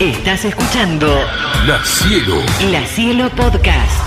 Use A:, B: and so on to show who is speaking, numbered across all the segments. A: Estás escuchando
B: La Cielo.
A: La Cielo Podcast.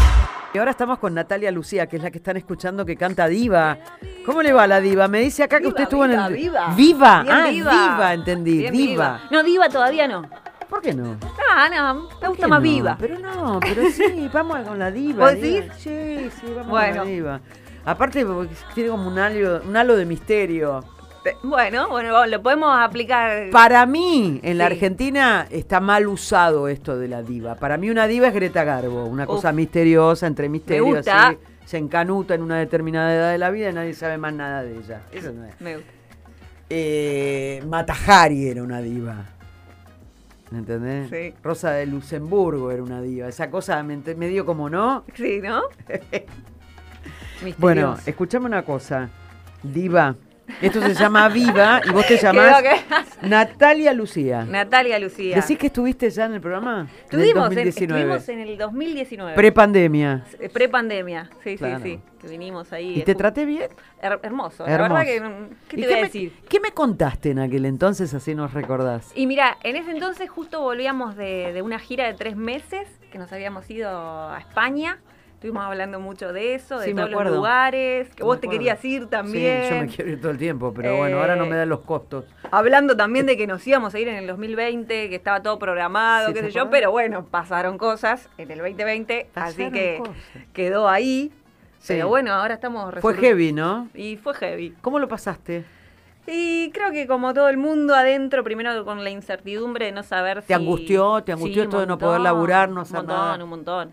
C: Y ahora estamos con Natalia Lucía, que es la que están escuchando que canta Diva. ¿Cómo le va la Diva? Me dice acá que usted estuvo en el.
D: viva,
C: Viva.
D: Bien
C: ah,
D: viva.
C: viva. entendí.
D: Bien
C: diva.
D: No, diva todavía no.
C: ¿Por qué no?
D: Ah, no, me
C: ¿Por
D: gusta
C: qué
D: más
C: no?
D: viva.
C: Pero no, pero sí, vamos con la Diva.
D: ¿Vos
C: diva.
D: decís?
C: Sí, sí, vamos
D: Bueno.
C: con la Diva. Aparte, porque tiene como un halo, un halo de misterio.
D: Pe- Bueno, bueno, lo podemos aplicar.
C: Para mí, en la
D: Sí.
C: Argentina está mal usado esto de la diva. Para mí una diva es Greta Garbo, una
D: Uf.
C: cosa misteriosa, entre misterios,
D: gusta.
C: así, se encanuta en una determinada edad de la vida y nadie sabe más nada de ella. Eso no es.
D: Me gusta.
C: Eh, Matajari era una diva. ¿Entendés?
D: Sí.
C: Rosa de Luxemburgo era una diva. Esa cosa me ent- medio como no.
D: Sí, ¿no?
C: Bueno,
D: Misterioso.
C: escuchame una cosa. Diva. Esto se llama Viva y vos te llamás
D: Creo
C: Natalia Lucía.
D: Natalia Lucía.
C: ¿Decís que estuviste ya en el programa?
D: Estuvimos
C: en
D: en,
C: el 2019.
D: estuvimos en el 2019.
C: Prepandemia.
D: Eh, Prepandemia. Sí,
C: Claro.
D: sí, sí. Que vinimos ahí.
C: ¿Y te
D: Ju-
C: traté bien?
D: Her-
C: Hermoso.
D: hermoso. La verdad que. mm, ¿Qué
C: ¿Y
D: te voy a
C: me-
D: decir?
C: ¿Qué me contaste en aquel entonces? Así nos recordás.
D: Y mira, en ese entonces justo volvíamos de, de una gira de tres meses que nos habíamos ido a España. Estuvimos hablando mucho de eso, de
C: Sí, me
D: todos los
C: acuerdo.
D: lugares, que
C: Me
D: vos te
C: acuerdo.
D: querías ir también. Eh,
C: Sí, yo me quiero ir todo el tiempo, pero bueno, ahora no me dan los costos.
D: Hablando también de que nos íbamos a ir en el 2020, que estaba todo programado,
C: Sí,
D: qué
C: ¿te
D: sé yo,
C: acordás?
D: pero bueno, pasaron cosas en el 2020, así
C: Pasaron
D: que
C: cosas.
D: quedó ahí.
C: Sí.
D: Pero bueno, ahora estamos
C: Fue
D: resolu-
C: heavy, ¿no?
D: Y fue heavy.
C: ¿Cómo lo pasaste?
D: Y creo que como todo el mundo adentro, primero con la incertidumbre de no saber si...
C: ¿Te angustió? ¿Te angustió
D: Sí, un
C: esto de no poder
D: montón,
C: laburar, no hacer
D: Un montón,
C: nada? Mm.
D: un montón.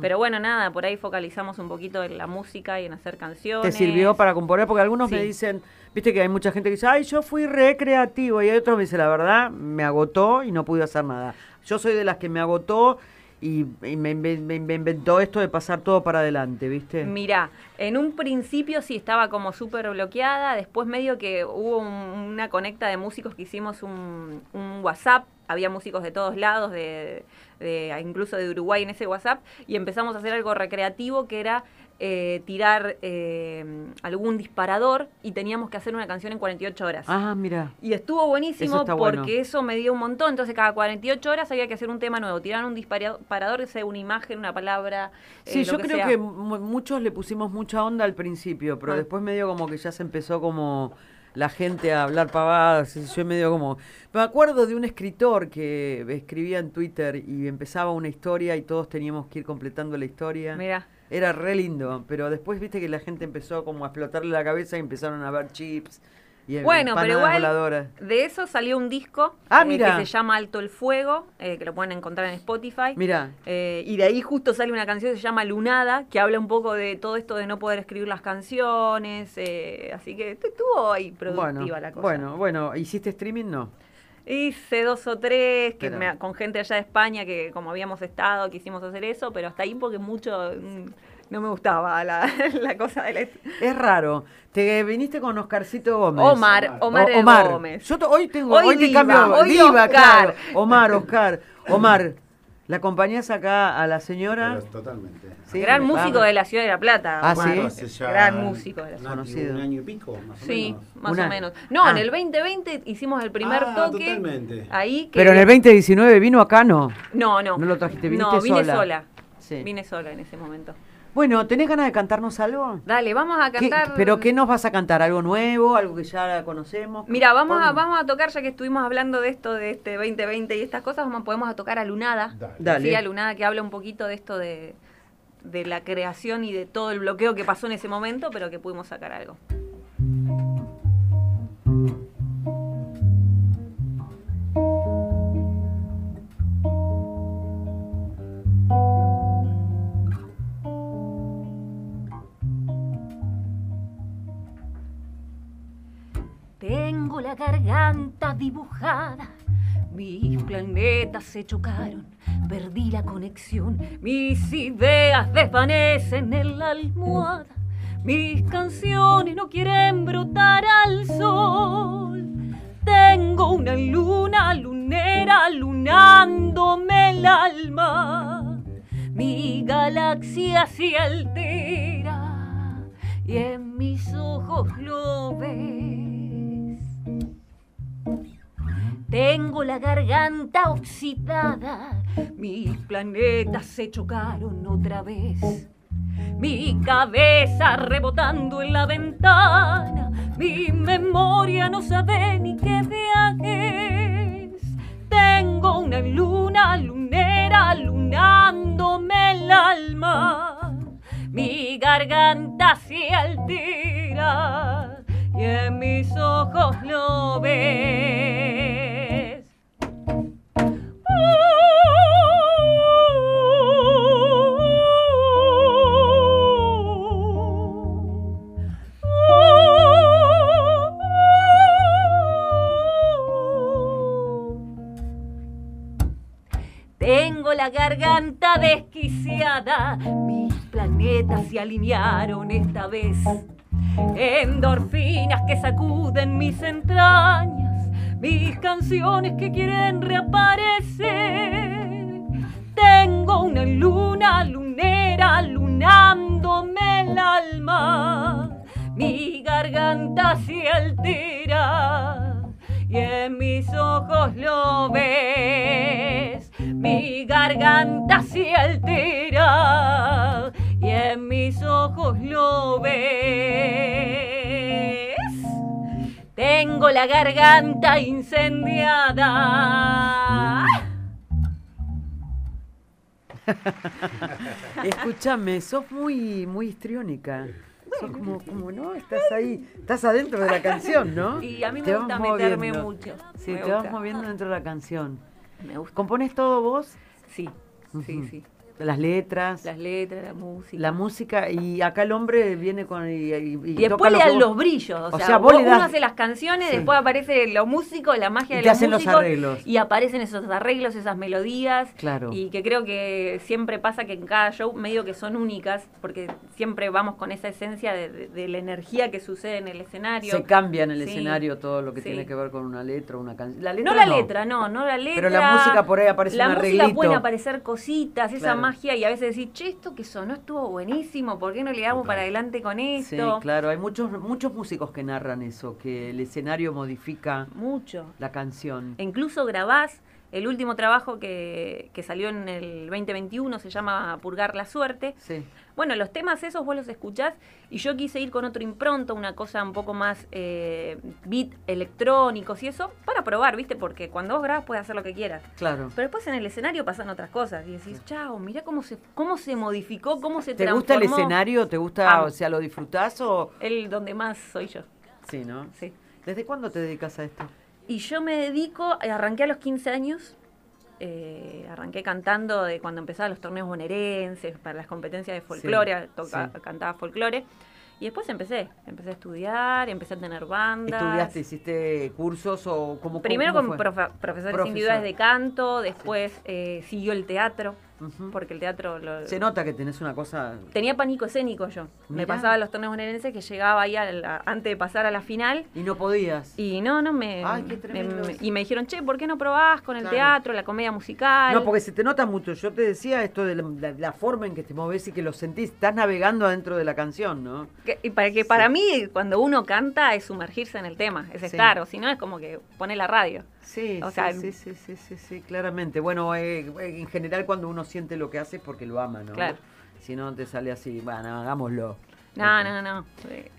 D: Pero bueno, nada, por ahí focalizamos un poquito en la música y en hacer
C: ¿Te
D: canciones.
C: sirvió para componer? Porque algunos me
D: Sí.
C: dicen, viste que hay mucha gente que dice, ay, yo fui recreativo. Y hay otros que me dicen, la verdad, me agotó y no pude hacer nada. Yo soy de las que me agotó y, y me, inven- me inventó esto de pasar todo para adelante, ¿viste?
D: Mirá, en un principio sí estaba como súper bloqueada, después medio que hubo un- una conecta de músicos que hicimos un, un WhatsApp, había músicos de todos lados, de, de- incluso de Uruguay en ese WhatsApp, y empezamos a hacer algo recreativo que era eh, tirar eh, algún disparador y teníamos que hacer una canción en 48 horas.
C: Ah, mira.
D: Y estuvo buenísimo
C: Eso está
D: porque
C: bueno.
D: eso me dio un montón. Entonces, cada 48 horas había que hacer un tema nuevo. Tirar un disparador, que sea una imagen, una palabra. eh,
C: Sí,
D: lo
C: yo creo
D: sea.
C: que mu- muchos le pusimos mucha onda al principio, pero
D: Ah.
C: después medio como que ya se empezó como la gente a hablar pavadas. y Yo medio como... Me acuerdo de un escritor que escribía en Twitter y empezaba una historia y todos teníamos que ir completando la historia.
D: Mirá.
C: Era re lindo, pero después viste que la gente empezó como a explotarle la cabeza y empezaron a ver chips y
D: Bueno, pero
C: empanadas
D: igual
C: voladoras.
D: de eso salió un disco
C: Ah,
D: eh,
C: mira.
D: que se llama Alto el Fuego, eh, que lo pueden encontrar en Spotify.
C: Mira,
D: Eh, y de ahí justo sale una canción que se llama Lunada, que habla un poco de todo esto de no poder escribir las canciones. eh, así que tu- estuvo ahí productiva
C: bueno,
D: la cosa.
C: bueno, bueno, ¿hiciste streaming? No.
D: Hice dos o tres que
C: Pero-
D: me- con gente allá de España que como habíamos estado quisimos hacer eso, pero hasta ahí porque mucho mm, no me gustaba la, la cosa del... est-
C: Es raro. Te viniste con Oscarcito Gómez.
D: Omar, Omar
C: O-
D: Gómez.
C: Yo to- hoy tengo,
D: Hoy
C: hoy, te
D: Diva,
C: cambio.
D: hoy
C: Diva,
D: Oscar.
C: claro. Omar, Oscar. Omar, ¿la acompañás acá a la señora?
E: Pero totalmente.
C: Ah. Sí,
D: Gran
C: me
D: músico
C: pasa.
D: de la Ciudad de la Plata.
C: Ah,
D: Omar.
C: sí.
E: hace ya
D: Gran músico de la
E: un
D: ciudad.
E: año-
C: Conocido.
E: Un año y pico, más o
D: Sí,
E: menos.
D: más
C: Una-
D: o menos. No,
C: Ah.
D: en el 2020 hicimos el primer
E: Ah,
D: toque.
E: totalmente.
D: Ahí que
C: Pero en el 2019 vino acá, no.
D: No, no.
C: no lo trajiste, viniste
D: No, vine
C: sola.
D: sola.
C: Sí.
D: Vine sola en ese momento.
C: Bueno, ¿tenés ganas de cantarnos algo?
D: Dale, vamos a
C: ¿Qué-
D: cantar.
C: ¿Pero qué nos vas a cantar? ¿Algo nuevo? ¿Algo que ya conocemos?
D: Mira, vamos a,
C: ¿Cómo?
D: vamos a tocar, ya que estuvimos hablando de esto, de este 2020 y estas cosas, vamos, podemos a tocar a Lunada.
E: Dale.
C: Dale.
D: Sí, a Lunada, que habla un poquito de esto de, de la creación y de todo el bloqueo que pasó en ese momento, pero que pudimos sacar algo. Tengo la garganta dibujada, mis planetas se chocaron, perdí la conexión, mis ideas desvanecen en la almohada, mis canciones no quieren brotar al sol. Tengo una luna lunera lunándome el alma, mi galaxia se altera y en mis ojos lo ves.
B: Tengo la garganta oxidada, mis planetas se chocaron otra vez. Mi cabeza rebotando en la ventana, mi memoria no sabe ni qué viaje es. Tengo una luna lunera lunándome el alma, mi garganta se altera y en mis ojos lo ves. Tengo la garganta desquiciada, mis planetas se alinearon esta vez. Endorfinas que sacuden mis entrañas, mis canciones que quieren reaparecer. Tengo una luna lunera lunándome el alma, mi garganta se altera y en mis ojos lo ves. Mi garganta se altera y en mis ojos lo ves. Tengo la garganta incendiada.
C: Escúchame, sos muy, muy histriónica. Sos como, como, no, estás ahí, estás adentro de la canción, ¿no?
D: Y a mí me
C: Te vas
D: gusta meterme
C: moviendo.
D: mucho.
C: Sí,
D: me
C: te vas
D: gusta.
C: moviendo dentro de la canción.
D: Me gusta.
C: ¿Compones todo vos?
D: Sí,
C: Ujú.
D: sí, sí.
C: Las letras,
D: Las letras, la música.
C: la música, y acá el hombre viene con. Y, y- y
D: y
C: toca
D: después
C: lo
D: le
C: que
D: dan
C: vos-
D: los brillos. O,
C: O
D: sea,
C: sea, vos le
D: uno
C: das-
D: hace las canciones,
C: Sí.
D: después aparece los músicos, la magia
C: Y
D: de
C: te
D: los
C: hacen los
D: músicos,
C: arreglos.
D: Y aparecen esos arreglos, esas melodías.
C: Claro.
D: Y que creo que siempre pasa que en cada show medio que son únicas, porque siempre vamos con esa esencia de, de- de la energía que sucede en el escenario.
C: Se cambia en el
D: Sí.
C: escenario todo lo que
D: Sí.
C: tiene que ver con una letra, una canción. La
D: No la letra, no, no la letra.
C: Pero la música por ahí aparece
D: La
C: un
D: música
C: arreglito.
D: pueden aparecer cositas, esa
C: Claro.
D: magia, y a veces decís, che, esto que sonó estuvo buenísimo, ¿por qué no le damos para adelante con
C: Sí,
D: esto?
C: claro, hay muchos, muchos músicos que narran eso, que el escenario modifica
D: Mucho.
C: la canción.
D: E incluso grabás el último trabajo que, que salió en el 2021, se llama Purgar la Suerte.
C: Sí.
D: Bueno, los temas esos vos los escuchás y yo quise ir con otro impronto, una cosa un poco más eh, beat electrónicos y eso, para probar, ¿viste? Porque cuando vos grabás puedes hacer lo que quieras.
C: Claro.
D: Pero después en el escenario pasan otras cosas y decís, chao, mirá cómo se, cómo se modificó, cómo se
C: ¿Te
D: transformó.
C: gusta el escenario? ¿Te gusta,
D: Amo.
C: o sea, lo disfrutás o...?
D: El donde más soy yo,
C: Sí, ¿no?
D: sí.
C: ¿Desde cuándo te dedicas a esto?
D: Y yo me dedico, eh, arranqué a los 15 años, eh, arranqué cantando de cuando empezaba los torneos bonaerenses, para las competencias de folclore,
C: Sí,
D: toca-
C: sí.
D: cantaba folclore. Y después empecé, empecé a estudiar, empecé a tener bandas.
C: ¿Estudiaste, hiciste cursos o cómo
D: Primero
C: cómo
D: con
C: fue?
D: profe- profesores
C: Profesor.
D: individuales de canto, después eh, siguió el teatro,
C: Ujú.
D: porque el teatro lo,
C: Se nota que tenés una cosa...
D: Tenía pánico escénico yo. Me
C: Mirá.
D: pasaba los torneos bonaerenses que llegaba ahí a la- antes de pasar a la final.
C: Y no podías.
D: Y no, no me,
C: Ay, qué
D: me-
C: tremendo
D: me-
C: eso.
D: Y me dijeron, che, ¿por qué no probás con el
C: Claro.
D: teatro, la comedia musical?
C: No, porque se te nota mucho. Yo te decía esto de la, la- la forma en que te moves y que lo sentís. Estás navegando adentro de la canción, ¿no?
D: Que- y para, que para mí, cuando uno canta, es sumergirse en el tema, es
C: Sí.
D: estar. O si no, es como que pone la radio.
C: Sí,
D: O
C: sí,
D: sea,
C: sí, sí, sí, sí, sí, claramente. Bueno, eh, eh, en general cuando uno siente lo que hace es porque lo ama, ¿no?
D: Claro.
C: Si no te sale así, bueno, hagámoslo.
D: No, no, no. Eh,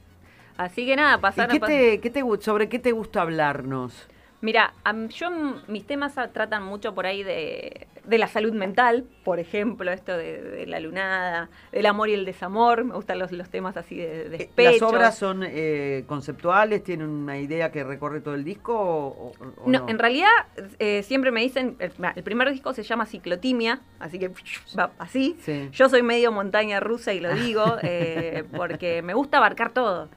D: Así que nada,
C: ¿Y
D: pasaron.
C: qué
D: pas-
C: te, qué te gu- sobre qué te gusta hablarnos?
D: Mira, a m- yo m- mis temas ah, tratan mucho por ahí de, de la salud mental, por ejemplo, esto de, de la lunada, del amor y el desamor, me gustan los, los temas así de, de
C: Eh, ¿Las
D: despecho.
C: obras son eh, conceptuales? ¿Tienen una idea que recorre todo el disco o, o- o
D: No, en realidad eh, siempre me dicen, el, el primer disco se llama Ciclotimia, así que va así.
C: Sí.
D: Yo soy medio montaña rusa y lo digo, eh, porque me gusta abarcar todo.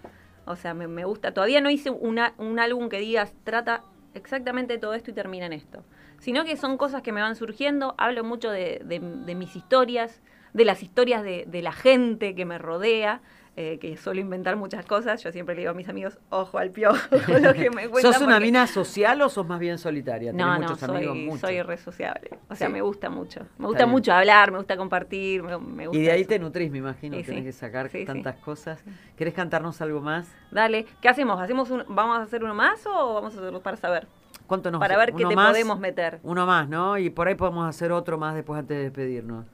D: O sea, me, me gusta. Todavía no hice una- un álbum que digas, trata exactamente de todo esto y termina en esto. Sino que son cosas que me van surgiendo. Hablo mucho de, de- de mis historias, de las historias de, de la gente que me rodea. eh, que suelo inventar muchas cosas, yo siempre le digo a mis amigos, ojo al piojo con lo que me cuentan.
C: ¿Sos una
D: Pues porque-
C: mina social o sos más bien solitaria?
D: no,
C: ¿Tenés
D: no,
C: muchos amigos,
D: soy,
C: muchos.
D: soy re sociable. O sea,
C: Sí.
D: me gusta mucho. Me gusta
C: bien.
D: mucho hablar, me gusta compartir, me, me gusta.
C: Y de ahí
D: eso.
C: te nutrís, me imagino,
D: Sí,
C: tenés
D: sí.
C: que sacar
D: Sí, sí.
C: tantas cosas. ¿Querés cantarnos algo más?
D: Dale, ¿qué hacemos? ¿Hacemos un- ¿Vamos a hacer uno más o vamos a hacerlo para saber?
C: ¿Cuánto nos
F: Para
C: hace?
F: ver qué
C: Uno
F: te
C: más,
F: podemos meter.
C: Uno más, ¿no? Y por ahí podemos hacer otro más después antes de despedirnos.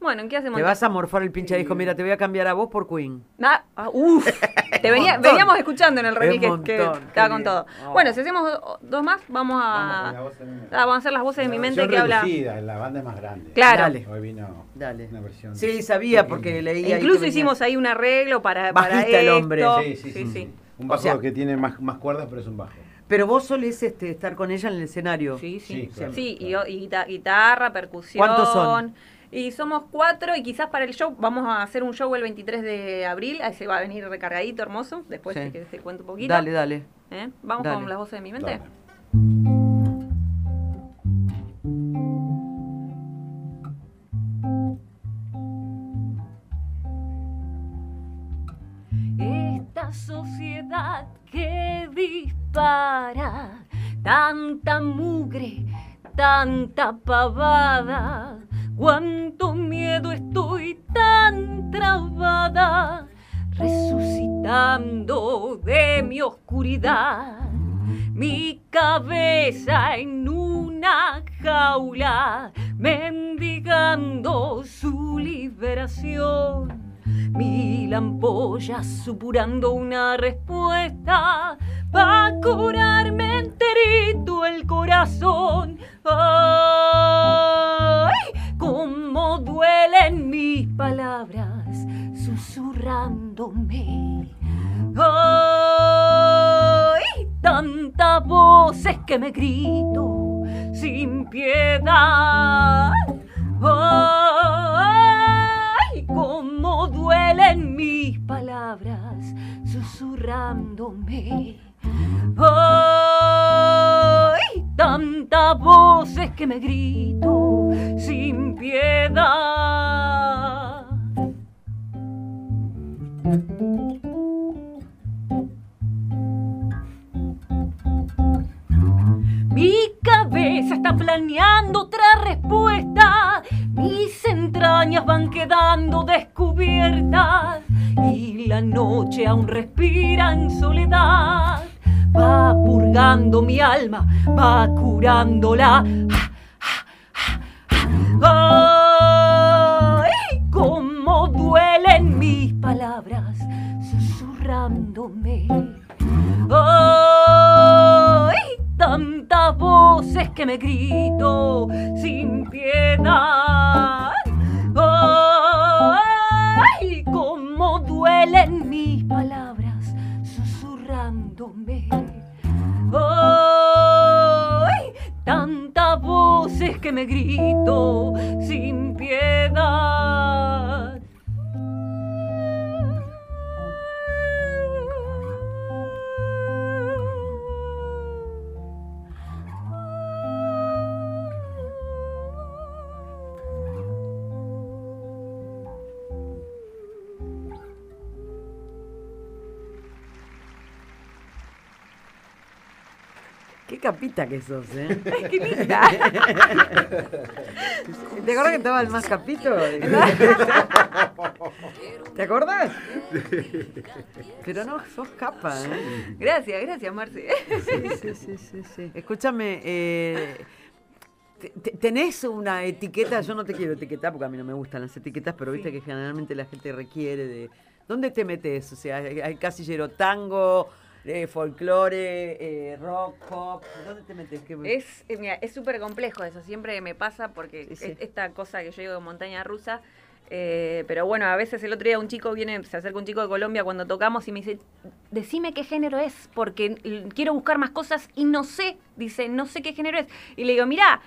F: Bueno, ¿en qué hacemos?
C: Te vas a morfar el pinche disco. Mira, te voy a cambiar a vos por Queen.
F: Ah, ah, uf. Te venía-
C: Montón.
F: veníamos escuchando en el remix
C: Es
F: que, que
C: montón,
F: estaba
C: qué
F: con
C: bien.
F: todo.
C: Oh.
F: Bueno, si hacemos do- dos más, vamos a.
E: Vamos con la voz de mi mente.
F: ah, vamos a hacer las voces de mi mente que
E: versión
F: habla.
E: reducida, La banda es más grande.
F: Claro.
C: Dale.
E: Hoy vino
C: Dale.
E: una versión.
C: Sí, sabía
E: pequeña.
C: porque leía. ahí que
F: Incluso
C: venía.
F: hicimos ahí un arreglo para, para
C: Bajista el hombre.
F: esto.
E: Sí, sí, sí, sí. Un
C: O
E: bajo
C: sea-
E: que tiene más, más cuerdas, pero es un bajo.
C: Pero vos solés este, estar con ella en el escenario.
F: Sí, sí.
E: Sí, claro,
F: Sí, y,
E: claro.
F: y guita- guitarra, percusión.
C: ¿Cuántos son?
F: Y somos cuatro y quizás para el show, vamos a hacer un show el 23 de abril, ahí se va a venir recargadito, hermoso, después
C: Sí.
F: te, que te cuento un poquito.
C: Dale, dale.
F: ¿Eh? Vamos
C: Dale.
F: con las voces de mi mente.
E: Dale.
D: esta sociedad que dispara tanta mugre, tanta pavada. Cuánto miedo estoy tan trabada, resucitando de mi oscuridad. Mi cabeza en una jaula, mendigando su liberación. Mil ampollas supurando una respuesta pa' curarme enterito el corazón. ¡Ay! ¡Cómo duelen mis palabras susurrándome! ¡Ay! Tantas voces que me grito sin piedad. ¡Ay! ¡Cómo duelen mis palabras susurrándome! ¡Ay! Tantas voces que me grito sin piedad. Mi cabeza está planeando otra respuesta. Mis entrañas van quedando descubiertas. Y la noche aún respira en soledad. Va purgando mi alma, va curándola. ¡Ay! ¡Cómo duelen mis palabras susurrándome! ¡Ay! Tantas voces que me grito sin piedad. ¡Ay! ¡Cómo duelen mis palabras susurrándome! ¡Ay! Tantas voces que me grito sin piedad.
C: Qué capita que sos, ¿eh?
F: ¡Qué linda!
C: ¿Te acordás que estaba el más capito? ¿Te acordás? Pero no, sos capa, ¿eh?
F: gracias, gracias, Marce.
C: Sí, sí, sí, sí. sí. Escúchame, eh, te- te- ¿tenés una etiqueta? Yo no te quiero etiquetar porque a mí no me gustan las etiquetas, pero viste que generalmente la gente requiere de... ¿Dónde te metes? O sea, hay, hay casillero tango, eh, folclore, eh, rock, pop. ¿Dónde te metes? ¿Qué-
F: Es eh, mira, es súper complejo eso, siempre me pasa porque
C: Sí, sí.
F: es- esta cosa que yo digo de montaña rusa, eh, pero bueno, a veces el otro día un chico viene, se acerca un chico de Colombia cuando tocamos y me dice, decime qué género es, porque l- quiero buscar más cosas y no sé, dice, no sé qué género es. Y le digo, mirá,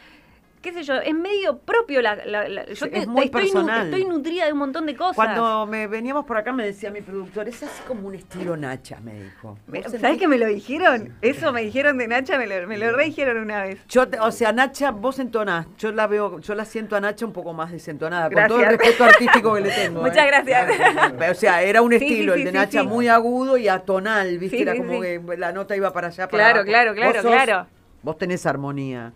F: qué sé yo, es medio propio la... la- la- yo
C: Sí,
F: te-
C: es muy
F: estoy, nu-
C: personal.
F: estoy nutrida de un montón de cosas.
C: Cuando me veníamos por acá me decía mi productor, es así como un estilo Nacha, me dijo.
F: Me-
C: ¿Vos
F: ¿Sabés
C: sentís-
F: que me lo dijeron? Eso me dijeron de Nacha, me lo, me lo re dijeron una vez.
C: Yo, te- o sea, Nacha, vos entonás, yo la veo, yo la siento a Nacha un poco más desentonada,
F: Gracias.
C: con todo el respeto artístico que le tengo.
F: Muchas
C: ¿eh?
F: gracias.
C: Pero, O sea, era un
F: Sí, sí,
C: estilo,
F: sí,
C: el de
F: sí,
C: Nacha
F: sí.
C: muy agudo y atonal, ¿viste?
F: Sí,
C: era
F: sí,
C: como
F: sí.
C: que la nota iba para allá, para
F: Claro, claro,
C: abajo. Vos
F: claro, claro.
C: Vos tenés armonía.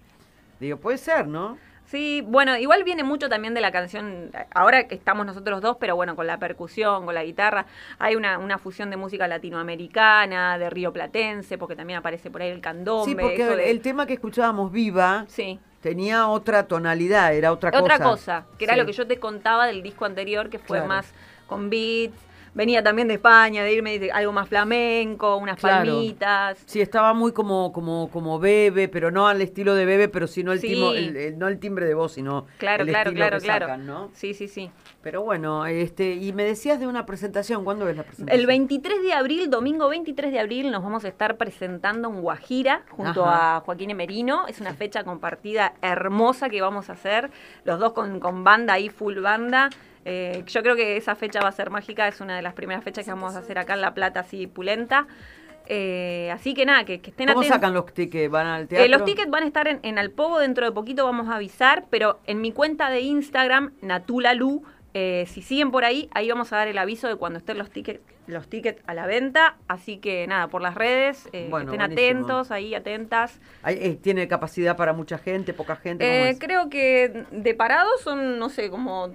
C: Digo, puede ser, ¿no?
D: Sí, bueno, igual viene mucho también de la canción, ahora que estamos nosotros dos, pero bueno, con la percusión, con la guitarra, hay una, una fusión de música latinoamericana, de rioplatense, porque también aparece por ahí el candombe.
C: Sí, porque
D: eso
C: el,
D: de-
C: el tema que escuchábamos, Viva,
D: Sí.
C: tenía otra tonalidad, era otra cosa.
D: Otra cosa, que era
C: Sí.
D: lo que yo te contaba del disco anterior, que fue
C: Claro.
D: más con beats, venía también de España, de irme de algo más flamenco, unas
C: Claro.
D: palmitas.
C: Sí, estaba muy como, como, como bebe, pero no al estilo de bebe, pero sino el,
D: Sí.
C: timo- el- el- no el timbre de voz, sino
D: Claro,
C: el
D: claro,
C: estilo
D: claro,
C: que
D: claro.
C: sacan, ¿no?
D: Sí, sí, sí.
C: Pero bueno, este, y me decías de una presentación, ¿cuándo es la presentación?
D: El 23 de abril, domingo 23 de abril, nos vamos a estar presentando en Guajira junto
C: Ajá.
D: a Joaquín Emerino. Es una fecha compartida hermosa que vamos a hacer, los dos con, con banda ahí, full banda. Eh, yo creo que esa fecha va a ser mágica, es una de las primeras fechas que vamos a hacer acá en La Plata, así pulenta. Eh, así que nada, que, que estén
C: ¿Cómo
D: atentos.
C: sacan los tickets? ¿Van al teatro?
D: Eh, los tickets van a estar en, en Alpogo, dentro de poquito vamos a avisar, pero en mi cuenta de Instagram, Natulalu, eh, si siguen por ahí, ahí vamos a dar el aviso de cuando estén los tickets los tickets a la venta, así que nada, por las redes, eh, que
C: Bueno,
D: estén
C: buenísimo.
D: atentos, ahí atentas.
C: Ay, eh, ¿Tiene capacidad para mucha gente, poca gente? ¿Cómo
D: Eh,
C: es?
D: creo que de parados son, no sé, como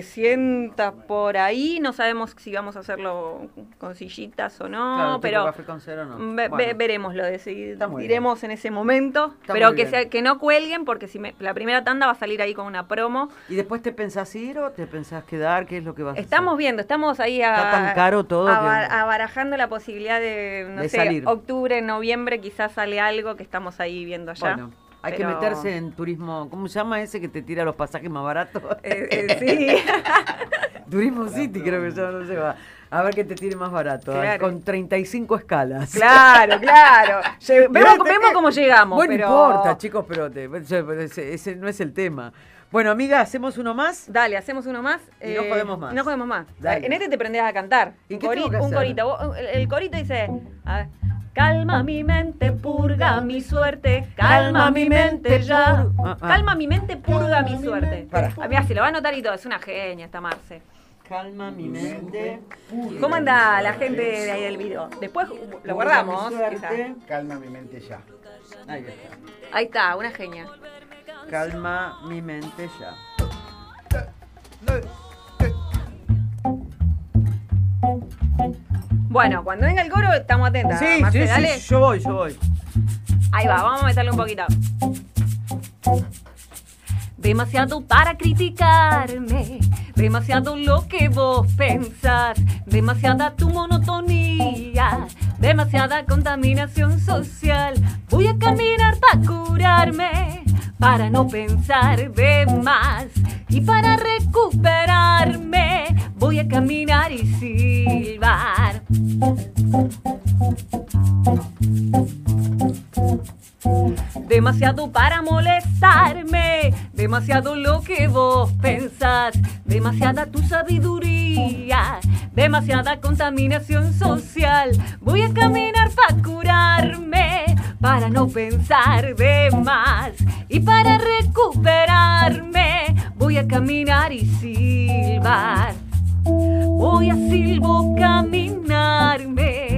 D: 300 por ahí, no sabemos si vamos a hacerlo con sillitas o no,
C: Claro, tipo
D: pero...
C: café con cero, no.
D: Ve- ve-
C: Bueno.
D: veremos, lo decidiremos
C: Está muy
D: en ese momento.
C: Está
D: pero
C: muy
D: que,
C: bien.
D: sea, que no cuelguen, porque si me- la primera tanda va a salir ahí con una promo.
C: ¿Y después te pensás ir o te pensás quedar? ¿Qué es lo que vas a hacer?
D: Estamos viendo, estamos ahí a,
C: Está tan caro todo que-
D: aba- abarajando la posibilidad de, no
C: De
D: sé,
C: salir.
D: octubre, noviembre, quizás sale algo que estamos ahí viendo allá.
C: Bueno, hay
D: Pero-
C: que meterse en turismo, ¿cómo se llama ese que te tira los pasajes más baratos?
D: Eh, eh, sí.
C: Turismo City creo que ya no se va. A ver qué te tire más barato, ah,
D: Claro.
C: con 35 escalas.
D: claro, claro. Lle-
C: Mirá,
D: Vemos,
C: eh,
D: vemos cómo llegamos.
C: Bueno,
D: pero-
C: no importa, chicos, pero te- ese, ese no es el tema. Bueno, amiga, hacemos uno más.
D: Dale, hacemos uno más. eh,
C: Y no jodemos más.
D: No jodemos más.
C: Dale.
D: En este te prendés a cantar.
C: ¿Y
D: un
C: qué tengo
D: cori-
C: que
D: un
C: hacer?
D: corito. Vos- El, el corito dice. a ver, Calma mi mente, purga mi suerte. Calma mi mente ya.
C: pur- Ah, ah.
D: Calma mi mente, purga mi suerte.
C: Pará.
D: Ah, Mirá, se lo va a anotar y todo. Es una genia esta Marce.
C: Calma mi mente.
D: ¿Cómo anda la gente de ahí del video? Después lo guardamos. quizá.
E: Calma mi mente ya.
C: Ahí está.
D: Ahí está, una genia.
C: Calma mi mente ya.
D: Bueno, cuando venga el coro estamos atentas. Marce, dale.
C: yo voy, yo voy.
D: Ahí va, vamos a meterle un poquito. Demasiado para criticarme, demasiado lo que vos pensás, demasiada tu monotonía, demasiada contaminación social. Voy a caminar para curarme, para no pensar de más y para recuperarme. Voy a caminar y silbar. Demasiado para molestarme, demasiado lo que vos pensás, demasiada tu sabiduría, demasiada contaminación social. Voy a caminar para curarme, para no pensar de más y para recuperarme. Voy a caminar y silbar, voy a silbo caminarme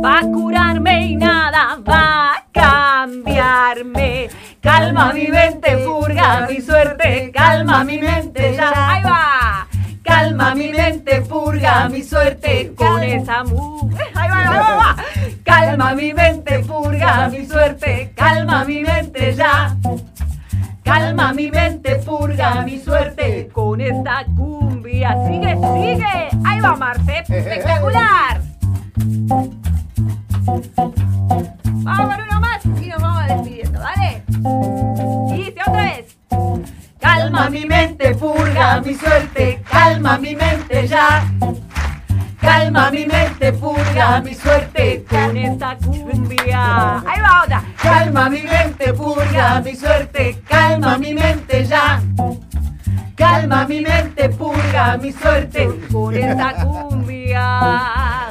D: va a curarme y nada va a cambiarme. Calma mi mente, purga mi suerte, calma mi mente, ya ahí va. Calma mi mente, purga mi suerte con esa mujer. Ahí va, ahí va, ahí va. Calma mi mente, purga mi suerte, calma mi mente ya. Calma mi mente, purga mi suerte con esta cumbia. Sigue, sigue. Ahí va Marce, espectacular. Vamos con uno más y nos vamos despidiendo, ¿vale? Y dice otra vez. Calma mi mente, purga mi suerte, calma mi mente ya. Calma mi mente, purga mi suerte con esta cumbia. Ahí va otra. Calma mi mente, purga mi suerte, calma mi mente ya. Calma mi mente, purga mi suerte con esta cumbia.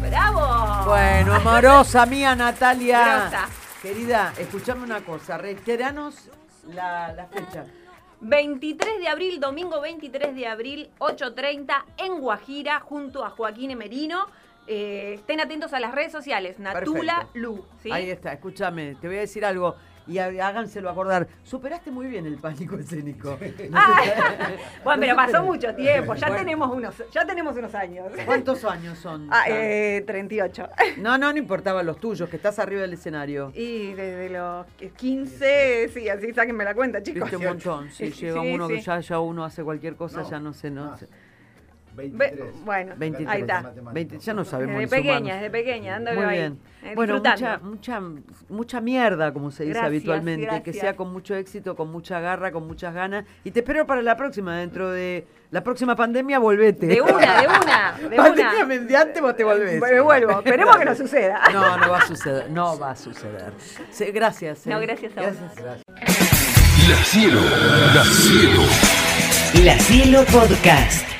D: ¡Bravo!
C: Bueno, amorosa mía Natalia.
D: Grosa.
C: Querida, escuchame una cosa, reiteranos la, la fecha.
D: 23 de abril, domingo 23 de abril, 8.30, en Guajira, junto a Joaquín Emerino. Eh, estén atentos a las redes sociales, Natula
C: Perfecto.
D: Lu. ¿sí?
C: Ahí está, escúchame, te voy a decir algo y há- háganselo acordar. Superaste muy bien el pánico escénico. No sé-
D: Ah, bueno, pero pasó mucho tiempo, ya,
C: Bueno.
D: tenemos, unos, ya tenemos unos años.
C: ¿Cuántos años son?
D: Ah, eh, 38.
C: No, no, no importaba los tuyos, que estás arriba del escenario.
D: Y desde los 15, sí, así sáquenme la cuenta, chicos.
C: Viste un montón, sí,
D: Sí,
C: llega
D: sí,
C: uno que
D: sí.
C: ya, ya uno hace cualquier cosa,
E: No,
C: ya no sé, no
E: más.
C: sé.
E: 23.
D: Ve- bueno,
C: ahí
D: está.
E: matemáticas.
C: 20, ya no sabemos.
D: Desde
C: ni sumarnos.
D: pequeña, desde pequeña, dándole
C: Muy
D: ahí.
C: bien.
D: eh,
C: Bueno, mucha,
D: disfrutando.
C: mucha, mucha mierda, como se dice
D: Gracias,
C: habitualmente. Que
D: gracias.
C: sea con mucho éxito, con mucha garra, con muchas ganas. Y te espero para la próxima. Dentro de la próxima pandemia, volvete.
D: De una, de una, de
C: pandemia
D: una.
C: mediante vos te volvés.
D: Me vuelvo, esperemos que no suceda.
C: No, no va a suceder. No va a suceder. Se- gracias.
D: No,
C: eh.
D: gracias a vos.
C: gracias.
G: La cielo, la cielo.
A: La Cielo Podcast.